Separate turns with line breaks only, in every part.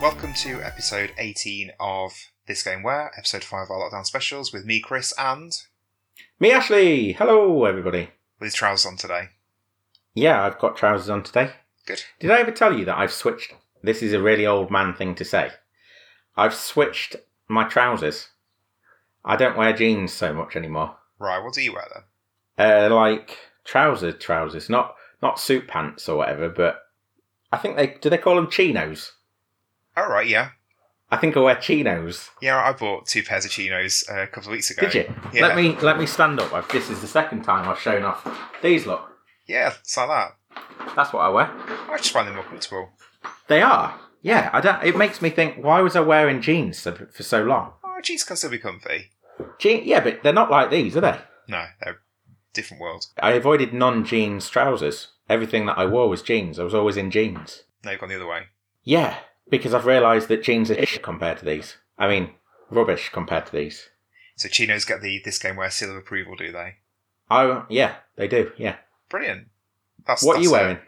Welcome to episode 18 of This Game Where, episode 5 of our lockdown specials with me, Chris, and
Me, Ashley. Hello, everybody.
with trousers on today.
Yeah, I've got trousers on today.
Good.
Did I ever tell you that I've switched? This is a really old man thing to say. I've switched my trousers. I don't wear jeans so much anymore.
Right, what do you wear then?
Uh, like trouser trousers, not not suit pants or whatever. But I think they do they call them chinos.
Alright, Oh, yeah.
I think I wear chinos. Yeah,
I bought two pairs of chinos uh, a couple of weeks ago.
Did you?
Yeah.
Let me let me stand up. I've, this is the second time I've shown off these. Look,
Yeah, it's like that.
that's what I wear.
I just find them more comfortable.
They are. Yeah, I don't. It makes me think. Why was I wearing jeans so- for so long?
Oh, jeans can still be comfy.
Jean, yeah, but they're not like these, are they?
No, they're a different world.
I avoided non-jeans trousers. Everything that I wore was jeans. I was always in jeans.
No, you've gone the other way.
Yeah, because I've realised that jeans are ish compared to these. I mean, rubbish compared to these.
So chinos get the This Game Where seal of approval, do they?
Oh, yeah, they do. Yeah.
Brilliant. That's
what are you
that's a
wearing?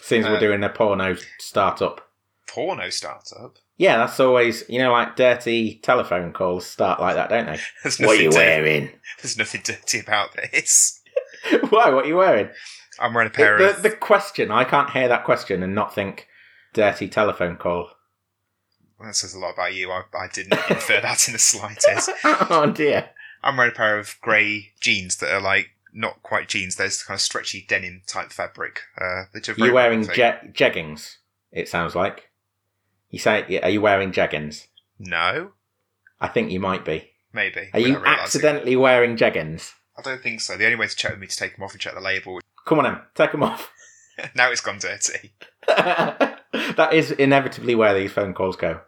Since
Uh,
we're doing a porno startup.
Porno startup.
Yeah, that's always you know like dirty telephone calls start like that, don't they?
There's
What are
nothing
you
dirty-
wearing?
There's nothing dirty about this.
Why? What are you wearing?
I'm wearing a pair
The,
of.
the, the question, I can't hear that question and not think dirty telephone call.
That says a lot about you. I, I didn't infer that in the slightest.
oh dear.
I'm wearing a pair of grey jeans that are like not quite jeans. Those kind of stretchy denim type fabric. Uh, which are very
You're wearing
comfy.
je- jeggings, it sounds like. You say, are you wearing jeggings?
No,
I think you might be.
maybe.
Are you
without realising.
accidentally wearing jeggings?
I don't think so. The only way to check would be to take them off and check the label.
Come on, then, take them off.
now it's gone dirty.
that is inevitably where these phone calls go.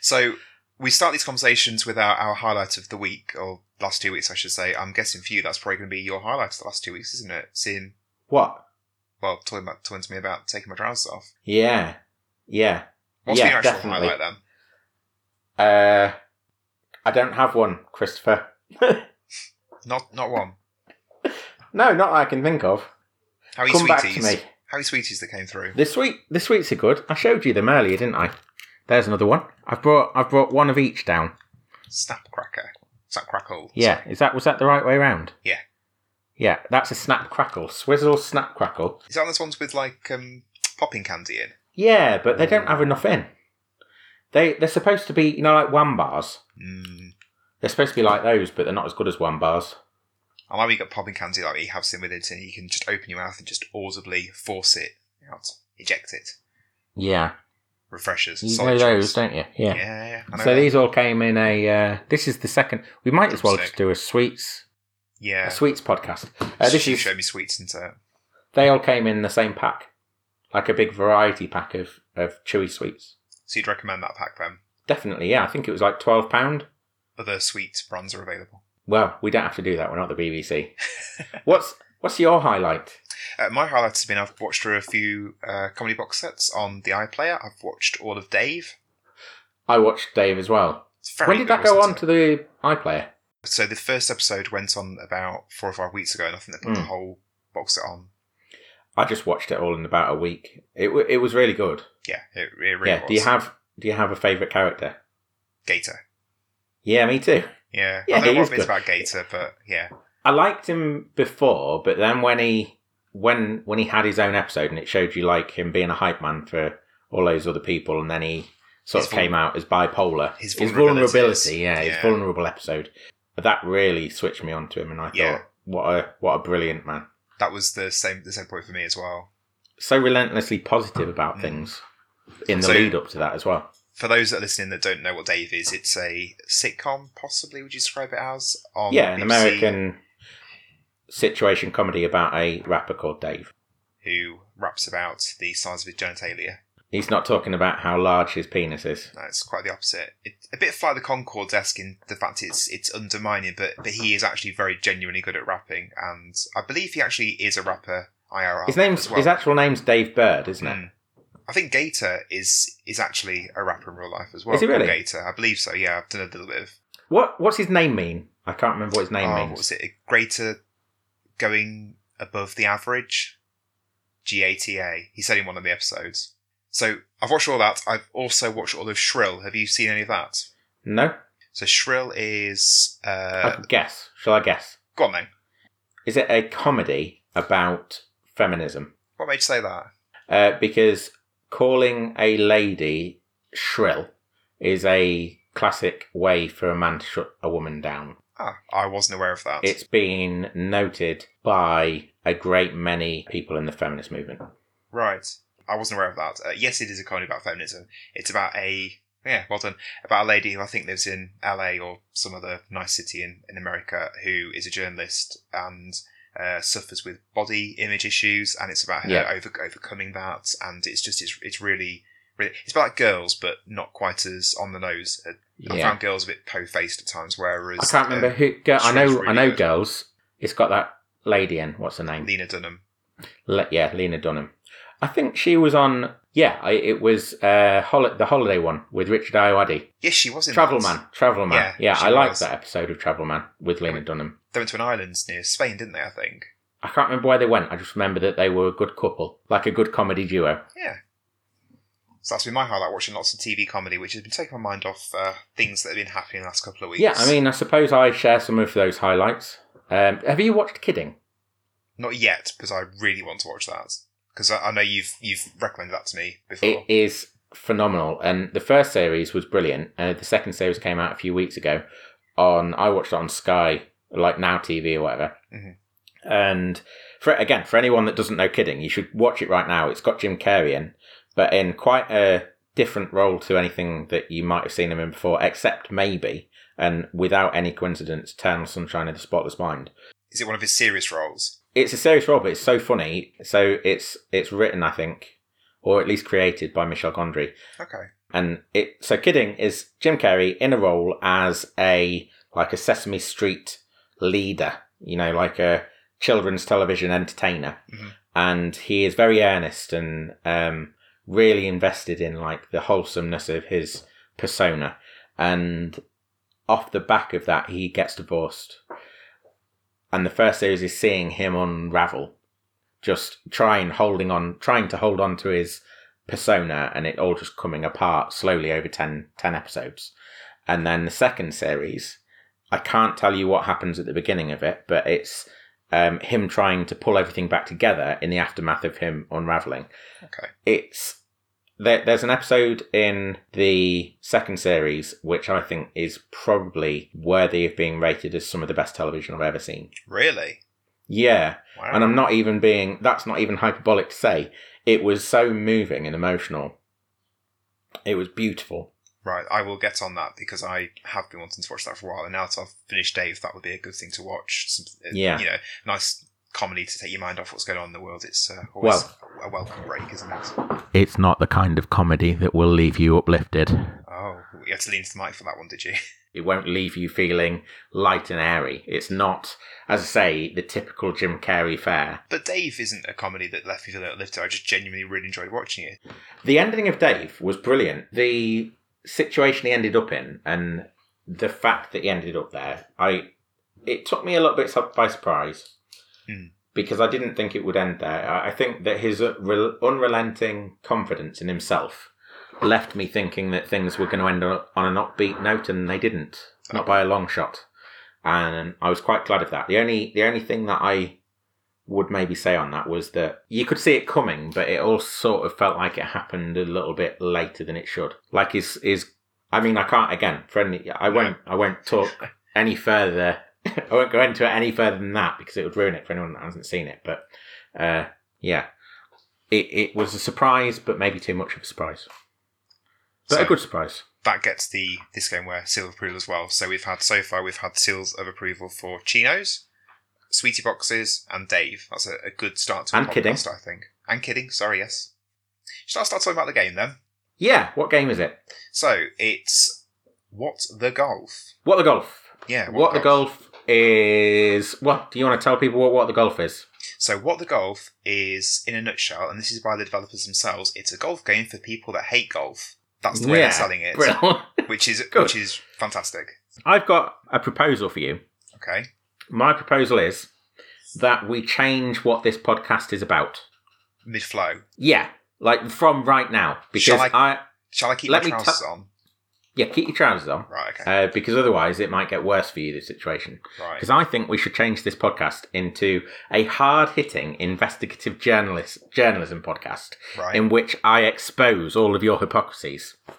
So we start these conversations with our, our highlight of the week or last two weeks, I should say. I'm guessing for you that's probably going to be your highlight of the last two weeks, isn't it? Seeing
What?
well, talking about talking to me about taking my trousers off.
Yeah. Yeah.
What's
Yeah,
your actual
definitely.
highlight then?
Uh, I don't have one, Christopher.
Not not one.
No, not that I can think of.
How are you
Come back to
sweeties?
me.
How are you sweeties that came through?
This week, this week's are good. I showed you them earlier, didn't I? There's another one. I've brought, I've brought one of each down.
Snapcracker. Snapcrackle.
Yeah, is that was that the right way round?
Yeah.
Yeah, that's a snap crackle, swizzle snap crackle.
Is that one of those ones with like um, popping candy in?
Yeah, but they don't have enough in. They they're supposed to be, you know, like one bars.
Mm.
They're supposed to be like those, but they're not as good as one bars.
I like when you got popping candy like you have seen with it, and you can just open your mouth and just audibly force it out, eject it.
Yeah,
Refreshers.
you
solid
know those,
choice.
don't you?
Yeah,
Yeah.
yeah. yeah. I know
So
that.
these all came in a. Uh, this is the second. We might as well
Drumstick.
just do a sweets
yeah.
a sweets podcast. Uh, this
you
is
show me sweets uh, into it.
they all came in the same pack, like a big variety pack of of chewy sweets.
So you'd recommend that pack then?
Definitely, yeah. I think it was like twelve pound.
Other sweet brands are available.
Well, we don't have to do that. We're not the BBC. what's What's your highlight?
Uh, my highlight has been I've watched through a few uh, comedy box sets on the iPlayer. I've watched all of Dave.
I watched Dave as well.
It's very
when did
good,
that go
wasn't
on
it?
to the iPlayer?
So the first episode went on about four or five weeks ago, and I think they put the
Mm.
whole box set on.
I just watched it all in about a week. It wa- it was really good.
Yeah, it, it really
yeah.
was.
Do you have Do you have a favourite character?
Gator?
Yeah, me too.
Yeah,
Yeah,
I don't
he
know
is
what it's
good.
about Gator, but yeah,
I liked him before, but then when he when when he had his own episode and it showed you like him being a hype man for all those other people, and then he sort
His
of
vul-
came out as bipolar.
his vulnerabilities.
vulnerability, yeah,
Yeah.
his vulnerable episode. But that really switched me onto him, and I
Yeah.
thought, what a what a brilliant man!
that was the same the same point for me as well.
So relentlessly positive about
Mm.
things in the
So-
lead up to that as well.
For those that are listening that don't know what Dave is, it's a sitcom. Possibly, would you describe it as? On
yeah, an
BBC,
American situation comedy about a rapper called Dave.
who raps about the size of his genitalia.
He's not talking about how large his penis is.
No, it's quite the opposite. It, a bit like the Concorde desk in the fact it's it's undermining, but but he is actually very genuinely good at rapping, and I believe he actually is a rapper. IRL.
His name's
as well.
his actual name's Dave Bird, isn't it?
Mm. I think Gator is is actually a rapper in real life as well.
Is he really?
Gator, I believe so. Yeah, I've done a little bit of.
What what's his name mean? I can't remember what his name
oh,
means.
what was it? Greater going above the average. G A T A. He said in one of the episodes. So I've watched all that. I've also watched all of Shrill. Have you seen any of that?
No,
So Shrill is
I
uh,
can guess. Shall I guess?
go on then.
Is it a comedy about feminism?
What made you say that?
Uh, because calling a lady shrill is a classic way for a man to shut a woman down.
Ah, I wasn't aware of that.
It's been noted by a great many people in the feminist movement.
Right. I wasn't aware of that. Uh, yes, it is a comedy about feminism. It's about a yeah, well done. About a lady who I think lives in LA or some other nice city in, in America who is a journalist and uh, suffers with body image issues, and it's about her
Yeah.
over, overcoming that. And it's just it's it's really, really it's about girls, but not quite as on the nose. Uh, I
Yeah,
found girls a bit po faced at times, whereas
I can't remember
uh,
who. Girl, I know.
Shril's
I know.
really good.
Girls. It's got that lady in. What's her name?
uh, Lena Dunham.
Le- yeah, Lena Dunham. I think she was on. Yeah, I, it was uh, hol- the holiday one with Richard Ayoade.
Yes, she was in
Travel
that.
Man. Travel Man.
Yeah,
Yeah,
she
I liked
was.
that episode of Travel Man with Lena Dunham.
They went to an island near Spain, didn't they? I think.
I can't remember where they went. I just remember that they were a good couple, like a good comedy duo.
So that's been my highlight watching lots of TV comedy, which has been taking my mind off uh, things that have been happening the last couple of weeks.
Yeah, I mean, I suppose I share some of those highlights. Um, have you watched Kidding?
not yet because I really want to watch that because I, I know you've you've recommended that to me before.
It is phenomenal, and the first series was brilliant. Uh, the second series came out a few weeks ago. On I watched it on Sky, like Now TV or whatever.
Mhm.
And for again, for anyone that doesn't know Kidding, you should watch it right now. It's got Jim Carrey in, but in quite a different role to anything that you might have seen him in before, except maybe and without any coincidence, Eternal Sunshine of the Spotless Mind
Is it one of his serious roles?
it's a serious role, but it's so funny. So it's it's written, I think, or at least created by Michel Gondry.
Okay,
And it so kidding is Jim Carrey in a role as a like a Sesame Street leader, you know, like a children's television entertainer,
Mhm.
and he is very earnest and um, really invested in like the wholesomeness of his persona. And off the back of that, he gets divorced, and the first series is seeing him unravel, just trying holding on, trying to hold on to his persona and it all just coming apart slowly over 10, 10 episodes. And then the second series, I can't tell you what happens at the beginning of it, but it's um, him trying to pull everything back together in the aftermath of him unraveling.
Okay.
It's. There, there's an episode in the second series which I think is probably worthy of being rated as some of the best television I've ever seen.
really?
Yeah,
Wow.
and I'm not even being that's not even hyperbolic to say. It was so moving and emotional. It was beautiful.
right, I will get on that because I have been wanting to watch that for a while, and now that I've finished Dave, that would be a good thing to watch. Some, uh,
Yeah.
you know, nice comedy to take your mind off what's going on in the world. It's uh, always a welcome break, isn't it?
It's not the kind of comedy that will leave you uplifted.
Oh, you had to lean to the mic for that one, did you?
It won't leave you feeling light and airy. It's not, as I say, the typical Jim Carrey fare.
But Dave isn't a comedy that left me feeling uplifted. I just genuinely really enjoyed watching it.
The ending of Dave was brilliant. The situation he ended up in and the fact that he ended up there, I it took me a little bit su- by surprise
Hmm.
because I didn't think it would end there. I I think that his uh, rel- unrelenting confidence in himself left me thinking that things were going to end on on an upbeat note, and they didn't, not by a long shot. And I was quite glad of that. The only the only thing that I would maybe say on that was that you could see it coming, but it all sort of felt like it happened a little bit later than it should. Like is is I mean I can't again for any I won't I won't talk any further. I won't go into it any further than that because it would ruin it for anyone that hasn't seen it. But uh, yeah, it it was a surprise, but maybe too much of a surprise. But
So-
a good surprise.
that gets the this game where seal of approval as well. So we've had so far we've had seals of approval for Chinos, Sweetie Boxes, and Dave. That's a, a good start to a
And
podcast,
Kidding.
I think. And kidding, sorry, yes. Should I start talking about the game then?
Yeah, what game is it?
So it's what the golf?
What the golf?
Yeah,
What the golf is? What do you want to tell people? What what the golf is?
So what the golf is in a nutshell, and this is by the developers themselves. It's a golf game for people that hate golf. That's the way
Yeah,
they're selling it,
Brill.
which is
Good.
which is fantastic.
I've got a proposal for you.
Okay,
My proposal is that we change what this podcast is about.
mid flow.
Yeah, Like from right now, because
Shall I-
I,
Shall I keep
Let
my
me ta-
trousers on?
yeah, keep your trousers on,
Right, okay.
uh, because otherwise it might get worse for you. The situation,
right.
because I think we should change this podcast into a hard-hitting investigative journalist journalism podcast,
Right.
in which I expose all of your hypocrisies.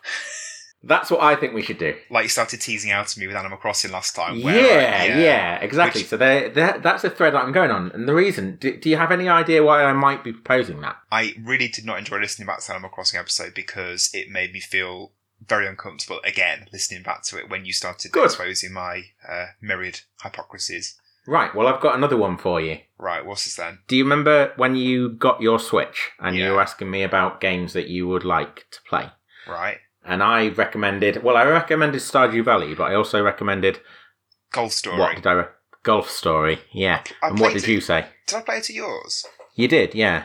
That's what I think we should do.
like you started teasing out to me with Animal Crossing last time.
Yeah,
Where,
yeah, exactly.
Which-
so there, there, that's a thread that I'm going on, and the reason. Do, do you have any idea why I might be proposing that?
I really did not enjoy listening back to the Animal Crossing episode because it made me feel very uncomfortable again listening back to it when you started
Good.
exposing my uh, myriad hypocrisies.
Right. Well, I've got another one for you.
Right, what's this then?
Do you remember when you got your Switch and
Yeah.
you were asking me about games that you would like to play?
Right,
And I recommended. Well, I recommended Stardew Valley, but I also recommended
Golf Story.
what did I? Re- Golf Story. Yeah.
I
and what
played
did
it.
you say?
Did I play it to yours?
You did. Yeah.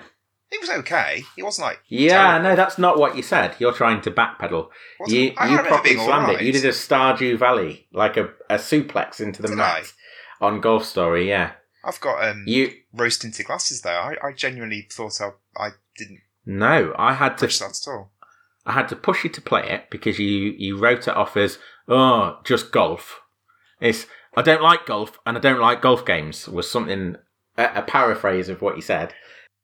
It was okay. It wasn't like
Yeah,
Terrible.
no, that's not what you said. You're trying to backpedal.
wasn't,
You,
I
you
remember
properly
being all
slammed it.
right.
You did a Stardew Valley, like a, a suplex into the
Did
mat on Golf Story. Yeah,
I've got um,
you.
rose tinted glasses though. I, I genuinely thought I, I didn't
No, I had
push
to.
that at all.
I had to push you to play it because you you wrote it off as oh just golf. It's I don't like golf and I don't like golf games was something a, a paraphrase of what you said.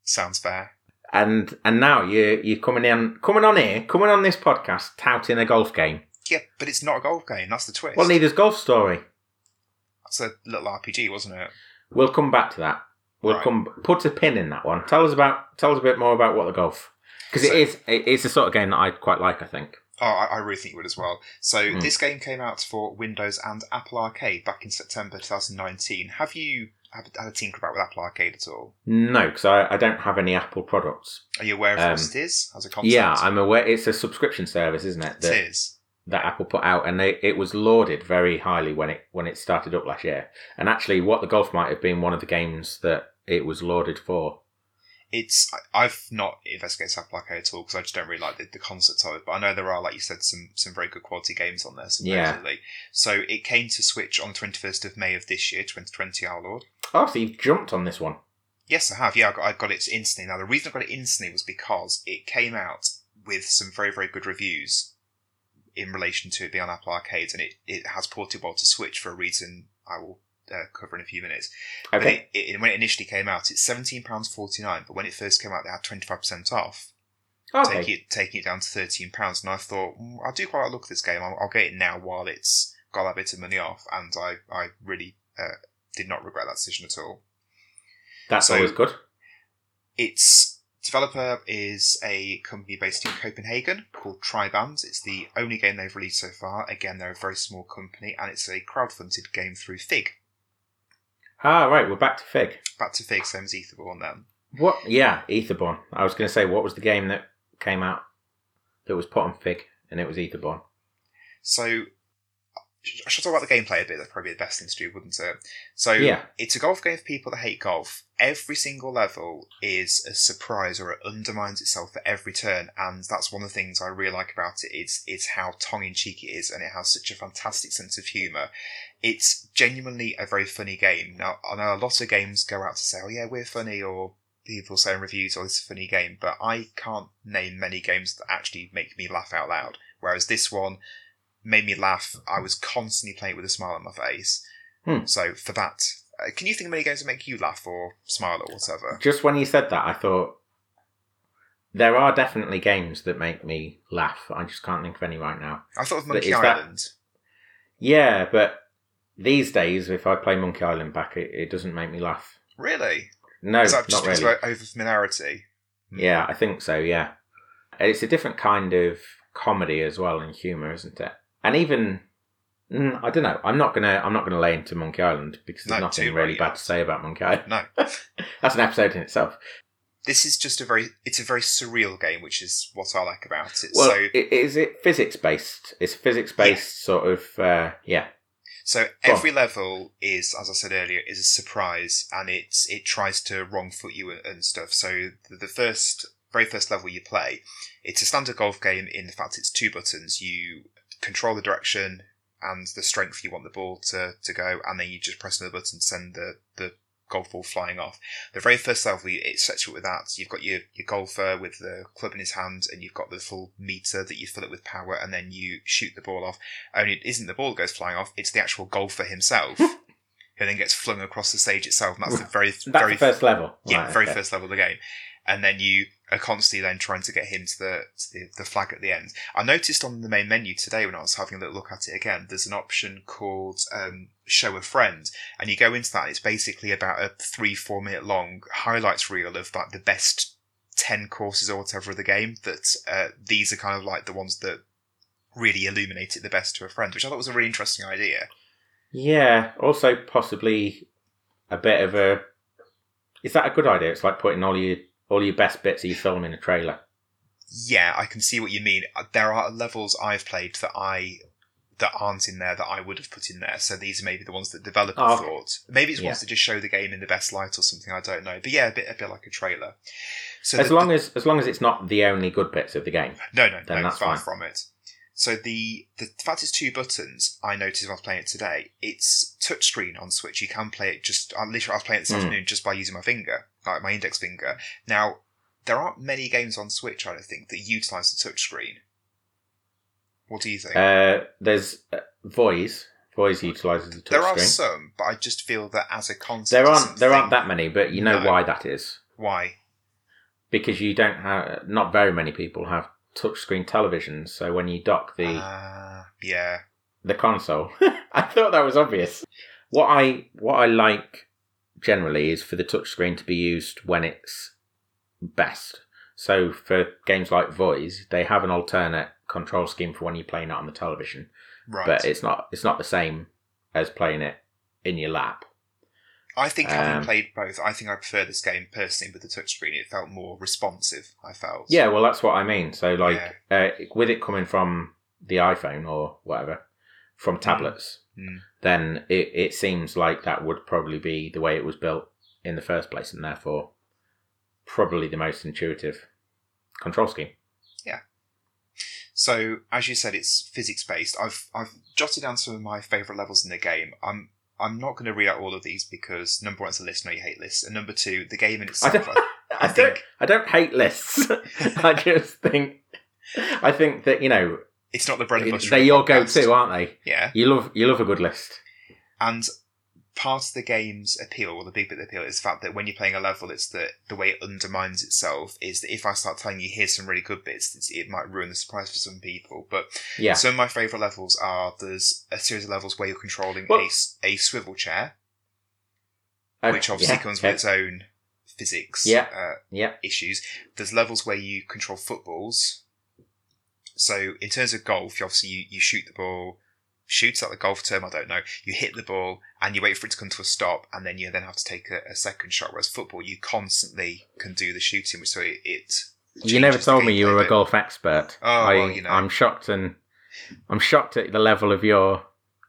Sounds fair.
And and now you you're coming in coming on here coming on this podcast touting a golf game.
Yeah, but it's not a golf game. That's the twist.
Well, neither's golf story.
That's a little RPG, wasn't it?
We'll come back to that. We'll
Right.
come put a pin in that one. Tell us about tell us a bit more about what the golf because
So-
it is it is the sort of game that I quite like. I think.
Oh, I, I really think you would as well. So
Hmm.
this game came out for Windows and Apple Arcade back in September 2019. Have you had had a tinker about with Apple Arcade at all?
No, because I, I don't have any Apple products.
Are you aware of
Um,
what it is as a concept?
Yeah, I'm aware. It's a subscription service, isn't it?
It
That,
is.
that Apple put out, and they, it was lauded very highly when it when it started up last year. And actually, what the golf might have been one of the games that it was lauded for.
it's I- I've not investigated South Black at all because I just don't really like the, the concept of it. But I know there are, like you said, some some very good quality games on there.
Yeah.
Supposedly. So it came to Switch on the twenty first of May of this year, twenty twenty. Our Lord.
Oh, so you've jumped on this one.
Yes, I have. Yeah, I got, I got it instantly. Now the reason I got it instantly was because it came out with some very very good reviews in relation to it being on Apple Arcades, and it it has ported well to Switch for a reason I will uh, cover in a few minutes. But
Okay.
it, it, when it initially came out, it's seventeen pounds forty nine. But when it first came out, they had twenty five percent off
Okay.
taking it taking it down to thirteen pounds. And I thought "Mm, I do quite like the look of this game. I'll, I'll get it now while it's got that bit of money off. And I I really uh, did not regret that decision at all.
That's
So-
always good.
Its developer is a company based in Copenhagen called Triband. It's the only game they've released so far. Again, they're a very small company, and it's a crowdfunded game through Fig.
Ah, right. We're back to Fig.
Back to Fig, same as Etherborn on them.
What? Yeah, Etherborn. I was going to say, what was the game that came out that was put on Fig and it was Etherborn?
So, sh- I should talk about the gameplay a bit. That's probably the best thing to do, wouldn't it? So,
Yeah.
it's a golf game for people that hate golf. Every single level is a surprise, or it undermines itself at every turn, and that's one of the things I really like about it. It's it's how tongue in cheek it is, and it has such a fantastic sense of humour. It's genuinely a very funny game. Now, I know a lot of games go out to say, "Oh yeah, we're funny," or people say in reviews, "Oh, this is a funny game," but I can't name many games that actually make me laugh out loud. Whereas this one made me laugh. I was constantly playing it with a smile on my face.
Hmm.
So for that, uh, can you think of any games that make you laugh or smile or whatever?
Just when you said that, I thought there are definitely games that make me laugh. I just can't think of any right now.
I thought of
But
Monkey
is that-
Island.
Yeah, but these days, if I play Monkey Island back, it, it doesn't make me laugh.
Really?
No,
Is that just
not
because Hmm.
really.
of over familiarity? Mm.
Yeah, I think so. Yeah, it's a different kind of comedy as well and humor, isn't it? And even mm, I don't know. I'm not gonna I'm not gonna lay into Monkey Island because there's
No,
nothing
too
really
early.
bad to say about Monkey Island.
No.
That's an episode in itself.
This is just a very it's a very surreal game, which is what I like about it.
Well,
so
i- is it physics based? It's physics based sort of uh, yeah.
So
Go on.
every level is, as I said earlier, is a surprise, and it's it tries to wrong foot you and- and stuff. So the- the first, very first level you play, it's a standard golf game in the fact it's two buttons. You control the direction and the strength you want the ball to, to go, and then you just press another button to send the the golf ball flying off. The very first level, you- it sets you up with that. You've got your, your golfer with the club in his hand, and you've got the full meter that you fill it with power, and then you shoot the ball off. Only it isn't the ball that goes flying off; it's the actual golfer himself, who then gets flung across the stage itself. And that's the very,
That's
very
the first level.
yeah,
Right,
very
okay.
first level of the game, and then you are constantly then trying to get him to the to the, the flag at the end. I noticed on the main menu today when I was having a little look at it again, there's an option called um, "Show a Friend," and you go into that. And it's basically about a three four minute long highlights reel of like the best ten courses or whatever of the game. That uh, these are kind of like the ones that really illuminate it the best to a friend, which I thought was a really interesting idea.
Yeah. Also, possibly a bit of a. Is that a good idea? It's like putting all your all your best bits of your film in a trailer.
yeah, I can see what you mean. Uh, There are levels I've played that I that aren't in there that I would have put in there. So these are maybe the ones that developer
Oh, okay.
thought. Maybe it's
Yeah.
ones that just show the game in the best light or something. I don't know, but yeah, a bit a bit like a trailer. So
As
the-
long as as long as it's not the only good bits of the game.
no, no,
Then
no,
that's
far
fine.
from it. So the the fact is two buttons. I noticed when I was playing it today. It's touchscreen on Switch. You can play it just. I literally I was playing it this
Mm.
afternoon just by using my finger, like my index finger. Now there aren't many games on Switch, I don't think, that utilise the touchscreen. What do you think?
Uh, there's uh, Voice. Voice utilizes the touchscreen.
there are some, but I just feel that as a concept,
there
it's
aren't there aren't
something-
that many, but you know
No.
why that is
Why?
because you don't have not very many people have touchscreen televisions. So when you dock the
Ah, yeah,
the console. I thought that was obvious. What I what I like generally is for the touchscreen to be used when it's best. So for games like Voice, they have an alternate control scheme for when you're playing it on the television,
right.
but it's not it's not the same as playing it in your lap.
I think having
Um,
played both, I think I prefer this game personally with the touchscreen. It felt more responsive. I felt.
Yeah, well that's what I mean. So like uh, with it coming from the iPhone or whatever, from tablets,
Mm.
then it, it seems like that would probably be the way it was built in the first place, and therefore probably the most intuitive control scheme.
So as you said, it's physics based. I've I've jotted down some of my favourite levels in the game. I'm I'm not going to read out all of these because number one, it's a list. No, you hate lists, and number two, the game in itself.
don't-
I, I
I don't
think
I don't hate lists. I just think I think that you know
it's not the bread and butter. of
they're
the
your
podcast.
go-to, aren't they?
Yeah,
You love you love a good list.
and part of the game's appeal, or the big bit of the appeal, is the fact that when you're playing a level, it's that the way it undermines itself is that if I start telling you here's some really good bits, it's, it might ruin the surprise for some people. But
Yeah,
Some of my favourite levels are there's a series of levels where you're controlling
Well-
a, s- a swivel chair,
Okay,
which obviously
Uh, Oh, yeah,
comes
yeah.
with its own physics
Yeah.
uh,
Yeah.
issues. There's levels where you control footballs. So in terms of golf, you obviously you, you shoot the ball, shoots at the golf term, I don't know. You hit the ball and you wait for it to come to a stop, and then you then have to take a, a second shot. Whereas football, you constantly can do the shooting, which so it. it
You never
changes the
told me you
gameplay
were
bit.
a golf expert.
Oh,
I,
well, you know.
I'm shocked and I'm shocked at the level of your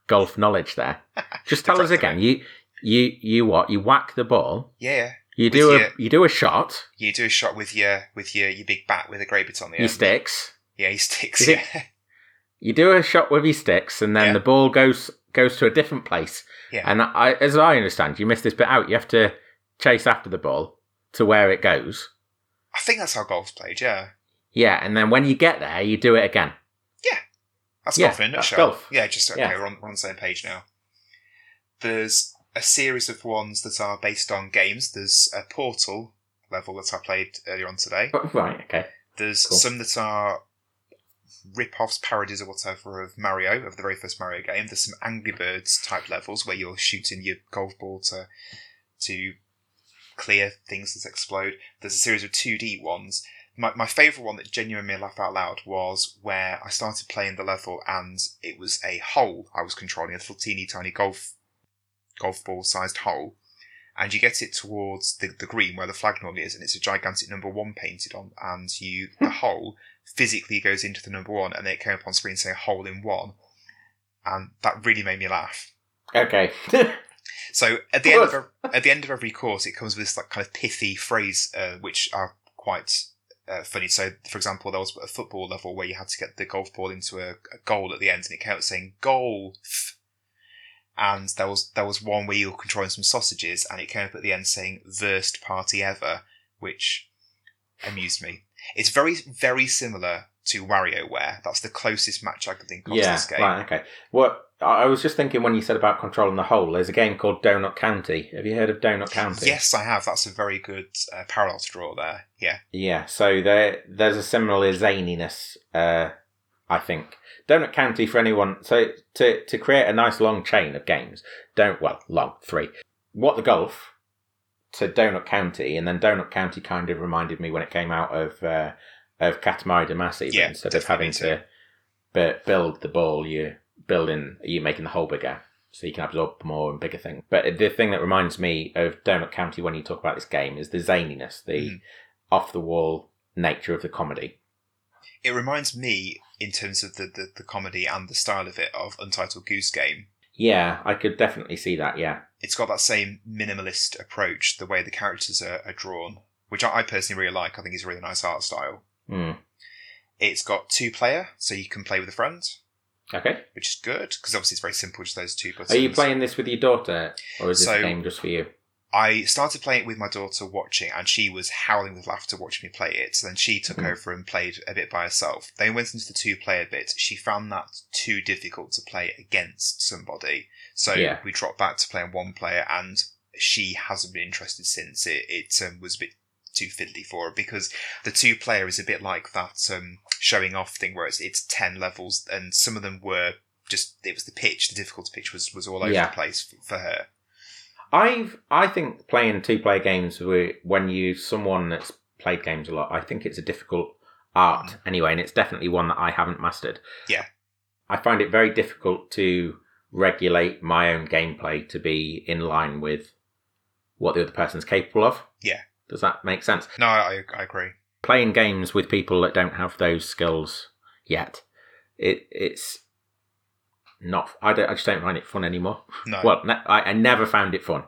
golf knowledge there. Just tell us
Impressive.
again. You you you what? You whack the ball.
Yeah,
You
With
do a
your-
you do a shot.
you do a shot with your with your, your big bat with a grey bit on the
Your
end.
sticks.
Yeah, he sticks.
Is it-
Yeah.
You do a shot with your sticks, and then
Yeah.
the ball goes goes to a different place.
Yeah.
And I, as I understand, you miss this bit out. You have to chase after the ball to where it goes.
I think that's how golf's played. Yeah,
Yeah, and then when you get there, you do it again.
that's
Yeah,
golf in a
that's
nutshell.
golf.
Yeah, just okay.
Yeah.
We're, on, we're on the same page now. There's a series of ones that are based on games. There's a Portal level that I played earlier on today.
Oh, Right. Okay.
There's
Cool.
some that are rip-offs, parodies, or whatever of Mario, of the very first Mario game. There's some Angry Birds type levels where you're shooting your golf ball to to clear things that explode. There's a series of 2D ones. My, my favourite one that genuinely made me laugh out loud was where I started playing the level and it was a hole I was controlling, a little teeny tiny golf golf ball sized hole. And you get it towards the, the green where the flag normally is, and it's a gigantic number one painted on, and you the hole physically goes into the number one, and then it came up on screen saying hole in one. And that really made me laugh.
Okay.
So at the end of
Good.
ev- at the end of every course, it comes with this like kind of pithy phrase, uh, which are quite uh, funny. So, for example, there was a football level where you had to get the golf ball into a, a goal at the end, and it came out saying golf, and there was there was one where you were controlling some sausages, and it came up at the end saying "worst party ever," which amused me. It's very very similar to WarioWare. That's the closest match I can think of to
yeah,
this game.
right, okay. What I I was just thinking when you said about controlling the hole, there's a game called Donut County. Have you heard of Donut County?
Yes, I have. That's a very good uh, parallel to draw there. Yeah,
Yeah, so there there's a similar zaniness, uh, I think. Donut County for anyone. So to to create a nice long chain of games, don't well long three. What the golf to Donut County, and then Donut County kind of reminded me when it came out of uh, of Katamari Damacy.
Yeah,
instead of
definitely
having to bu- build the ball, you building you making the hole bigger so you can absorb more and bigger things. But the thing that reminds me of Donut County when you talk about this game is the zaniness, the
Mm.
off the wall nature of the comedy.
it reminds me in terms of the, the, the comedy and the style of it of Untitled Goose Game.
Yeah, I could definitely see that. Yeah,
It's got that same minimalist approach, the way the characters are, are drawn, which I, I personally really like. I think is a really nice art style.
mm.
It's got two player, so you can play with a friend,
okay.
which is good because obviously it's very simple, just those two buttons.
Are you playing this with your daughter, or is this
So-
game just for you?
I started playing it with my daughter watching, and she was howling with laughter watching me play it. So then she took
Mhm.
over and played a bit by herself. They went into the two player bit. She found that too difficult to play against somebody. So
Yeah.
we dropped back to playing one player, and she hasn't been interested since. It, it um, was a bit too fiddly for her because the two player is a bit like that um, showing off thing where it's, it's 10 levels, and some of them were just, it was the pitch, the difficulty pitch was, was all over
Yeah.
the place f- for her.
I've I think playing two player games with when you someone that's played games a lot, I think it's a difficult art anyway, and it's definitely one that I haven't mastered.
Mm. Yeah.
I find it very difficult to regulate my own gameplay to be in line with what the other person's capable of.
Yeah.
Does that make sense?
No, I, I agree.
playing games with people that don't have those skills yet, it it's not. I don't. I just don't find it fun anymore.
No.
Well, ne- I, I never found it fun.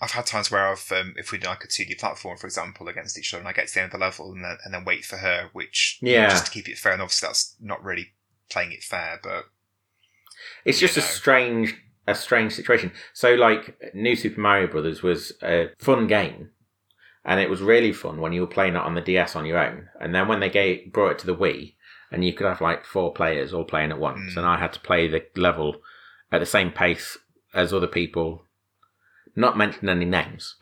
I've had times where I've, um, if we do like a 2D platform, for example, against each other, and I get to the end of the level and then, and then wait for her, which,
Yeah.
just to keep it fair, and obviously that's not really playing it fair, but
It's just
You
a
know.
strange, a strange situation. So, like, New Super Mario Brothers was a fun game, and it was really fun when you were playing it on the DS on your own. And then when they gave, brought it to the Wii, and you could have like four players all playing at once,
Mm.
and I had to play the level at the same pace as other people, not mentioning any names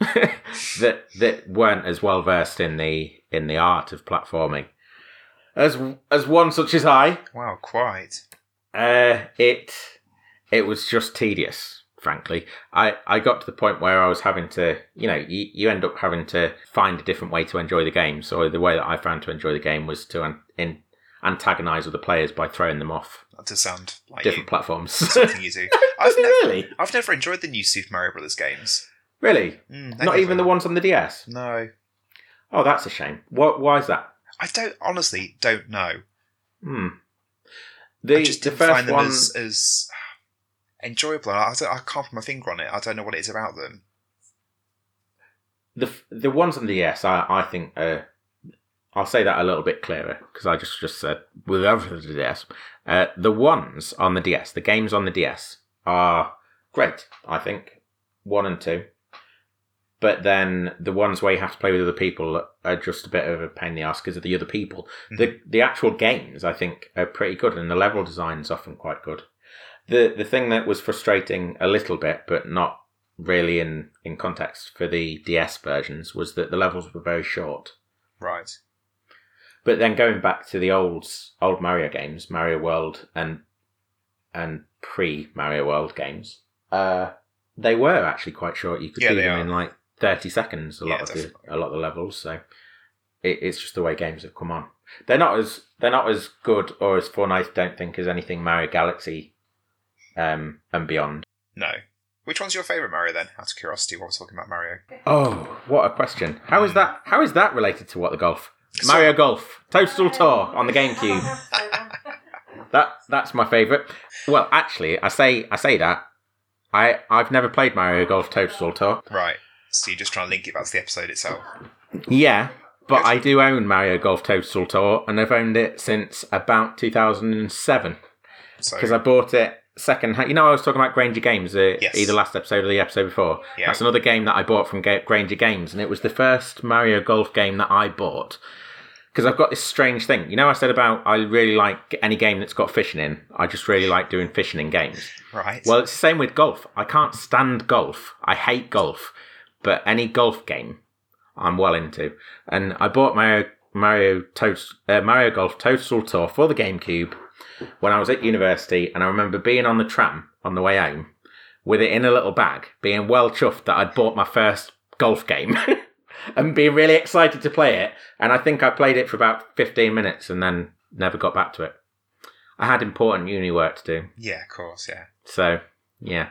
that that weren't as well versed in the in the art of platforming as as one such as I.
wow, quite.
Uh, it it was just tedious, frankly. I, I got to the point where I was having to, you know, you, you end up having to find a different way to enjoy the game. So the way that I found to enjoy the game was to an, in, antagonize other players by throwing them off
That does sound like
different
you.
platforms.
Something you do. I've, never,
really,
I've never enjoyed the new Super Mario Brothers games.
really,
Mm, they
not even the
never-
ones on the DS.
No.
Oh, that's a shame. What? Why is that?
I don't, honestly, don't know.
Hmm. The,
I just
the
didn't
first
find them
one,
as, as enjoyable. I, don't, I can't put my finger on it. I don't know what it is about them.
the f- the ones on the DS, I I think uh, I'll say that a little bit clearer because I just just said with everything the DS. Uh, the ones on the DS, the games on the DS are great. I think one and two, but then the ones where you have to play with other people are just a bit of a pain in the ass because of the other people. The the actual games I think are pretty good, and the level design's often quite good. The the thing that was frustrating a little bit, but not really in in context for the DS versions, was that the levels were very short.
Right.
But then going back to the old old Mario games, Mario World and and pre Mario World games, uh, they were actually quite short. You could
Yeah,
do
they
them
are.
in like thirty seconds. A lot
Yeah,
of the,
definitely.
a lot of the levels. So it, it's just the way games have come on. They're not as they're not as good or as fun. I don't think as anything Mario Galaxy um, and beyond.
No. Which one's your favourite Mario then? Out of curiosity, while we're talking about Mario.
Oh, what a question! How is that? How is that related to what the golf?
So-
Mario Golf Total Tour on the GameCube. That that's my favourite. Well, actually, I say I say that I I've never played Mario Golf Total Tour.
Right. So you're just trying to link it back to the episode itself.
Yeah, but I do own Mario Golf Total Tour, and I've owned it since about 2007
So
because I bought it second hand. You know, I was talking about Granger Games uh,
Yes.
either last episode or the episode before.
Yeah.
That's another game that I bought from Ga- Granger Games, and it was the first Mario Golf game that I bought because I've got this strange thing. You know, I said about I really like any game that's got fishing in. I just really like doing fishing in games.
Right.
Well, it's the same with golf. I can't stand golf. I hate golf, but any golf game, I'm well into. And I bought Mario Mario Toast uh, Mario Golf Total Tour for the GameCube when I was at university, and I remember being on the tram on the way home with it in a little bag, being well chuffed that I'd bought my first golf game. And being really excited to play it, and I think I played it for about fifteen minutes and then never got back to it. I had important uni work to do,
yeah, of course, yeah.
so yeah.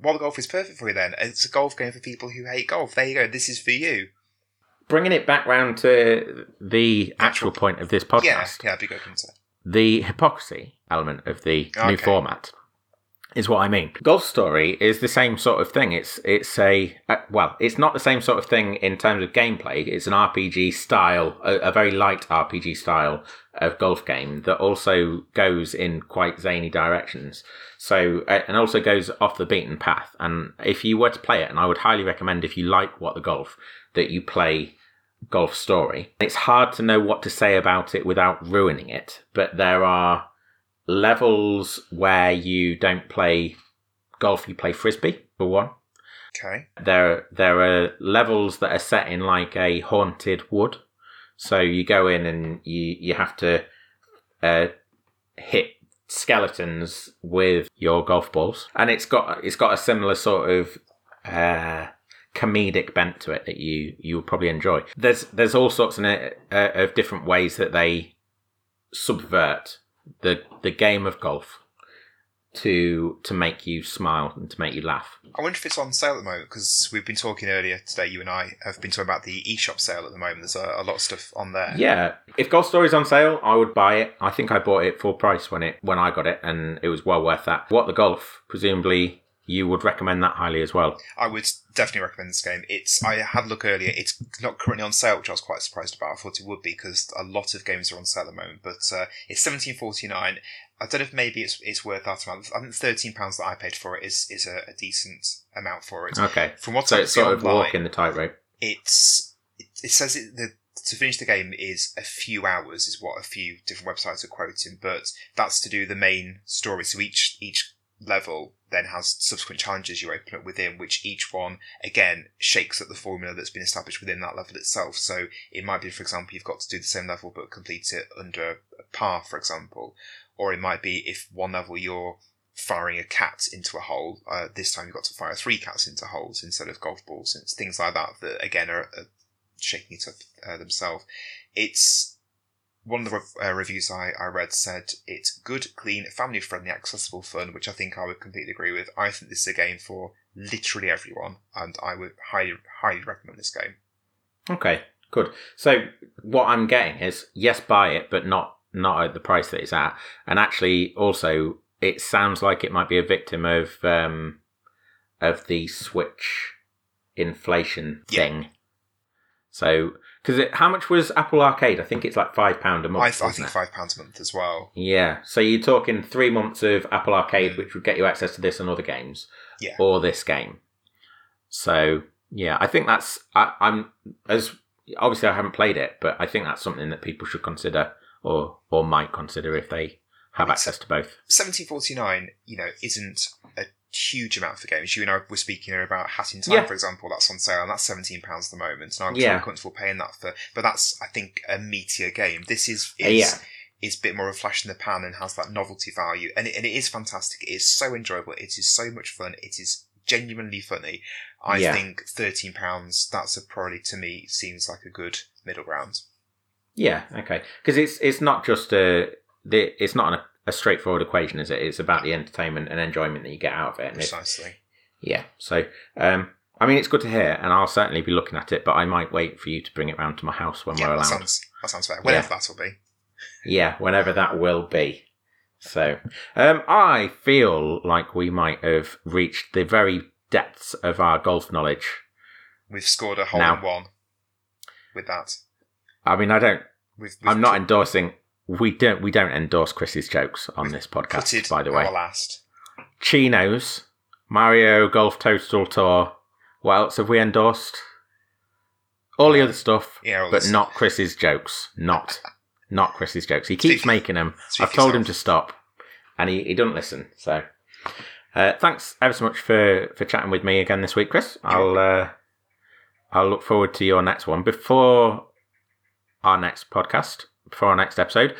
While golf is perfect for you, then it's a golf game for people who hate golf. There you go. This is for you.
bringing it back round to the actual point of this podcast,
Yeah, yeah, that'd be a good concern.
the hypocrisy element of the
Okay.
new format is what I mean. Golf Story is the same sort of thing. It's it's a uh, well, it's not the same sort of thing in terms of gameplay. It's an RPG style, a, a very light RPG style of golf game that also goes in quite zany directions. So uh, and also goes off the beaten path. And if you were to play it, and I would highly recommend if you like what the golf that you play golf story. It's hard to know what to say about it without ruining it, but there are levels where you don't play golf, you play frisbee, for one.
Okay.
There, there are levels that are set in like a haunted wood. So you go in and you, you have to uh, hit skeletons with your golf balls, and it's got it's got a similar sort of uh, comedic bent to it that you you will probably enjoy. There's there's all sorts in it, uh, of different ways that they subvert the the game of golf to to make you smile and to make you laugh.
I wonder if it's on sale at the moment because we've been talking earlier today. You and I have been talking about the eShop sale at the moment. There's a, a lot of stuff on there.
Yeah, if Golf Story's on sale, I would buy it. I think I bought it full price when it when I got it, and it was well worth that. What the Golf? Presumably, you would recommend that highly as well.
I would definitely recommend this game. It's I had a look earlier. It's not currently on sale, which I was quite surprised about. I thought it would be because a lot of games are on sale at the moment. But uh, it's seventeen forty nine. I don't know if maybe it's it's worth that amount. I think thirteen pounds that I paid for it is is a, a decent amount for it.
Okay,
From what
Uh, so
I
it's
see
sort of
online,
walking the tightrope.
it's it, it says it the to finish the game is a few hours is what a few different websites are quoting but that's to do the main story so each each level then has subsequent challenges you open up within which each one again shakes up the formula that's been established within that level itself so it might be for example you've got to do the same level but complete it under a par for example or it might be if one level you're firing a cat into a hole. Uh, this time you've got to fire three cats into holes instead of golf balls. It's things like that that again are, are shaking it up uh, themselves. It's one of the rev- uh, reviews I, I read said it's good, clean, family friendly, accessible fun, which I think I would completely agree with. I think this is a game for literally everyone, and I would highly highly recommend this game.
Okay, good. So what I'm getting is yes, buy it, but not not at the price that it's at. And actually, also, it sounds like it might be a victim of um of the Switch inflation
Yeah.
thing. So, because how much was Apple Arcade? I think it's like five pound a month.
I, th- I
isn't
think
it?
five pounds a month as well.
Yeah. So you're talking three months of Apple Arcade, which would get you access to this and other games.
Yeah.
Or this game. So yeah, I think that's I, I'm as obviously I haven't played it, but I think that's something that people should consider or or might consider if they have
It's-
access to both.
1749, you know, isn't a huge amount for games. You and I were speaking here about Hat in Time,
Yeah.
for example, that's on sale and that's £17 at the moment. And I'm
Yeah.
quite comfortable paying that for, but that's, I think, a meteor game. This is,
Uh,
is,
yeah.
is a bit more of a flash in the pan and has that novelty value. And it, and it is fantastic. It is so enjoyable. It is so much fun. It is genuinely funny. I
Yeah.
think £13, that's a probably to me seems like a good middle ground.
Yeah. Okay. Because it's it's not just a the it's not an, a straightforward equation, is it? It's about the entertainment and enjoyment that you get out of it. And if
Precisely.
Yeah. So, um, I mean, it's good to hear, and I'll certainly be looking at it. But I might wait for you to bring it round to my house when we're
Yeah, that
allowed.
sounds, that sounds fair. Whatever that'll be.
Yeah, whenever that will be. So, um, I feel like we might have reached the very depths of our golf knowledge.
We've scored a hole
Now-
in one with that.
I mean, I don't.
We've, we've
I'm not endorsing. We don't. We don't endorse Chris's jokes on
We've
this podcast.
putted
By the way,
our last.
Chinos, Mario Golf Total Tour. What else have we endorsed? All the other stuff,
Yeah, all
but
this-
not Chris's jokes. Not, not Chris's jokes. He keeps
Speak-
making them.
speak
I've told
yourself.
him to stop, and he, he doesn't listen. So, uh, thanks ever so much for for chatting with me again this week, Chris. I'll uh, I'll look forward to your next one before our next podcast, before our next episode.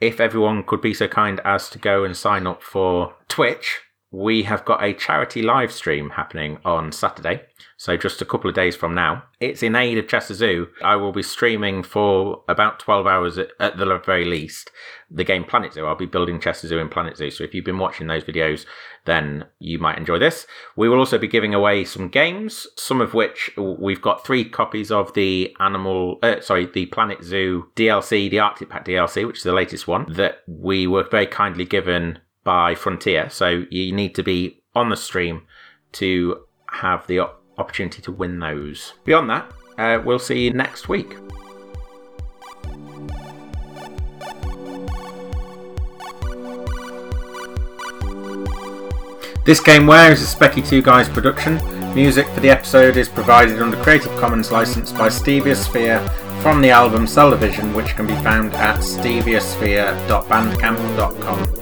If everyone could be so kind as to go and sign up for Twitch, we have got a charity live stream happening on Saturday. So just a couple of days from now, it's in aid of Chester Zoo. I will be streaming for about 12 hours at, at the very least the game Planet Zoo. I'll be building Chester Zoo in Planet Zoo. So if you've been watching those videos, then you might enjoy this. We will also be giving away some games, some of which we've got three copies of the animal, uh, sorry, the Planet Zoo DLC, the Arctic Pack DLC, which is the latest one that we were very kindly given by Frontier. So you need to be on the stream to have the op- opportunity to win those. Beyond that, uh, we'll see you next week. This Game Where is a Specky 2 Guys production. Music for the episode is provided under Creative Commons license by Steviosphere from the album Cell Division, which can be found at steviosphere.bandcamp.com.